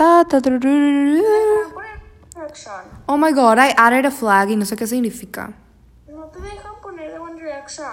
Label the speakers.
Speaker 1: Tacaratucaratutaratatarurururu.
Speaker 2: Direction.
Speaker 1: Oh my god, I added a flag y no sé qué significa.
Speaker 2: No te dejan poner de One Direction.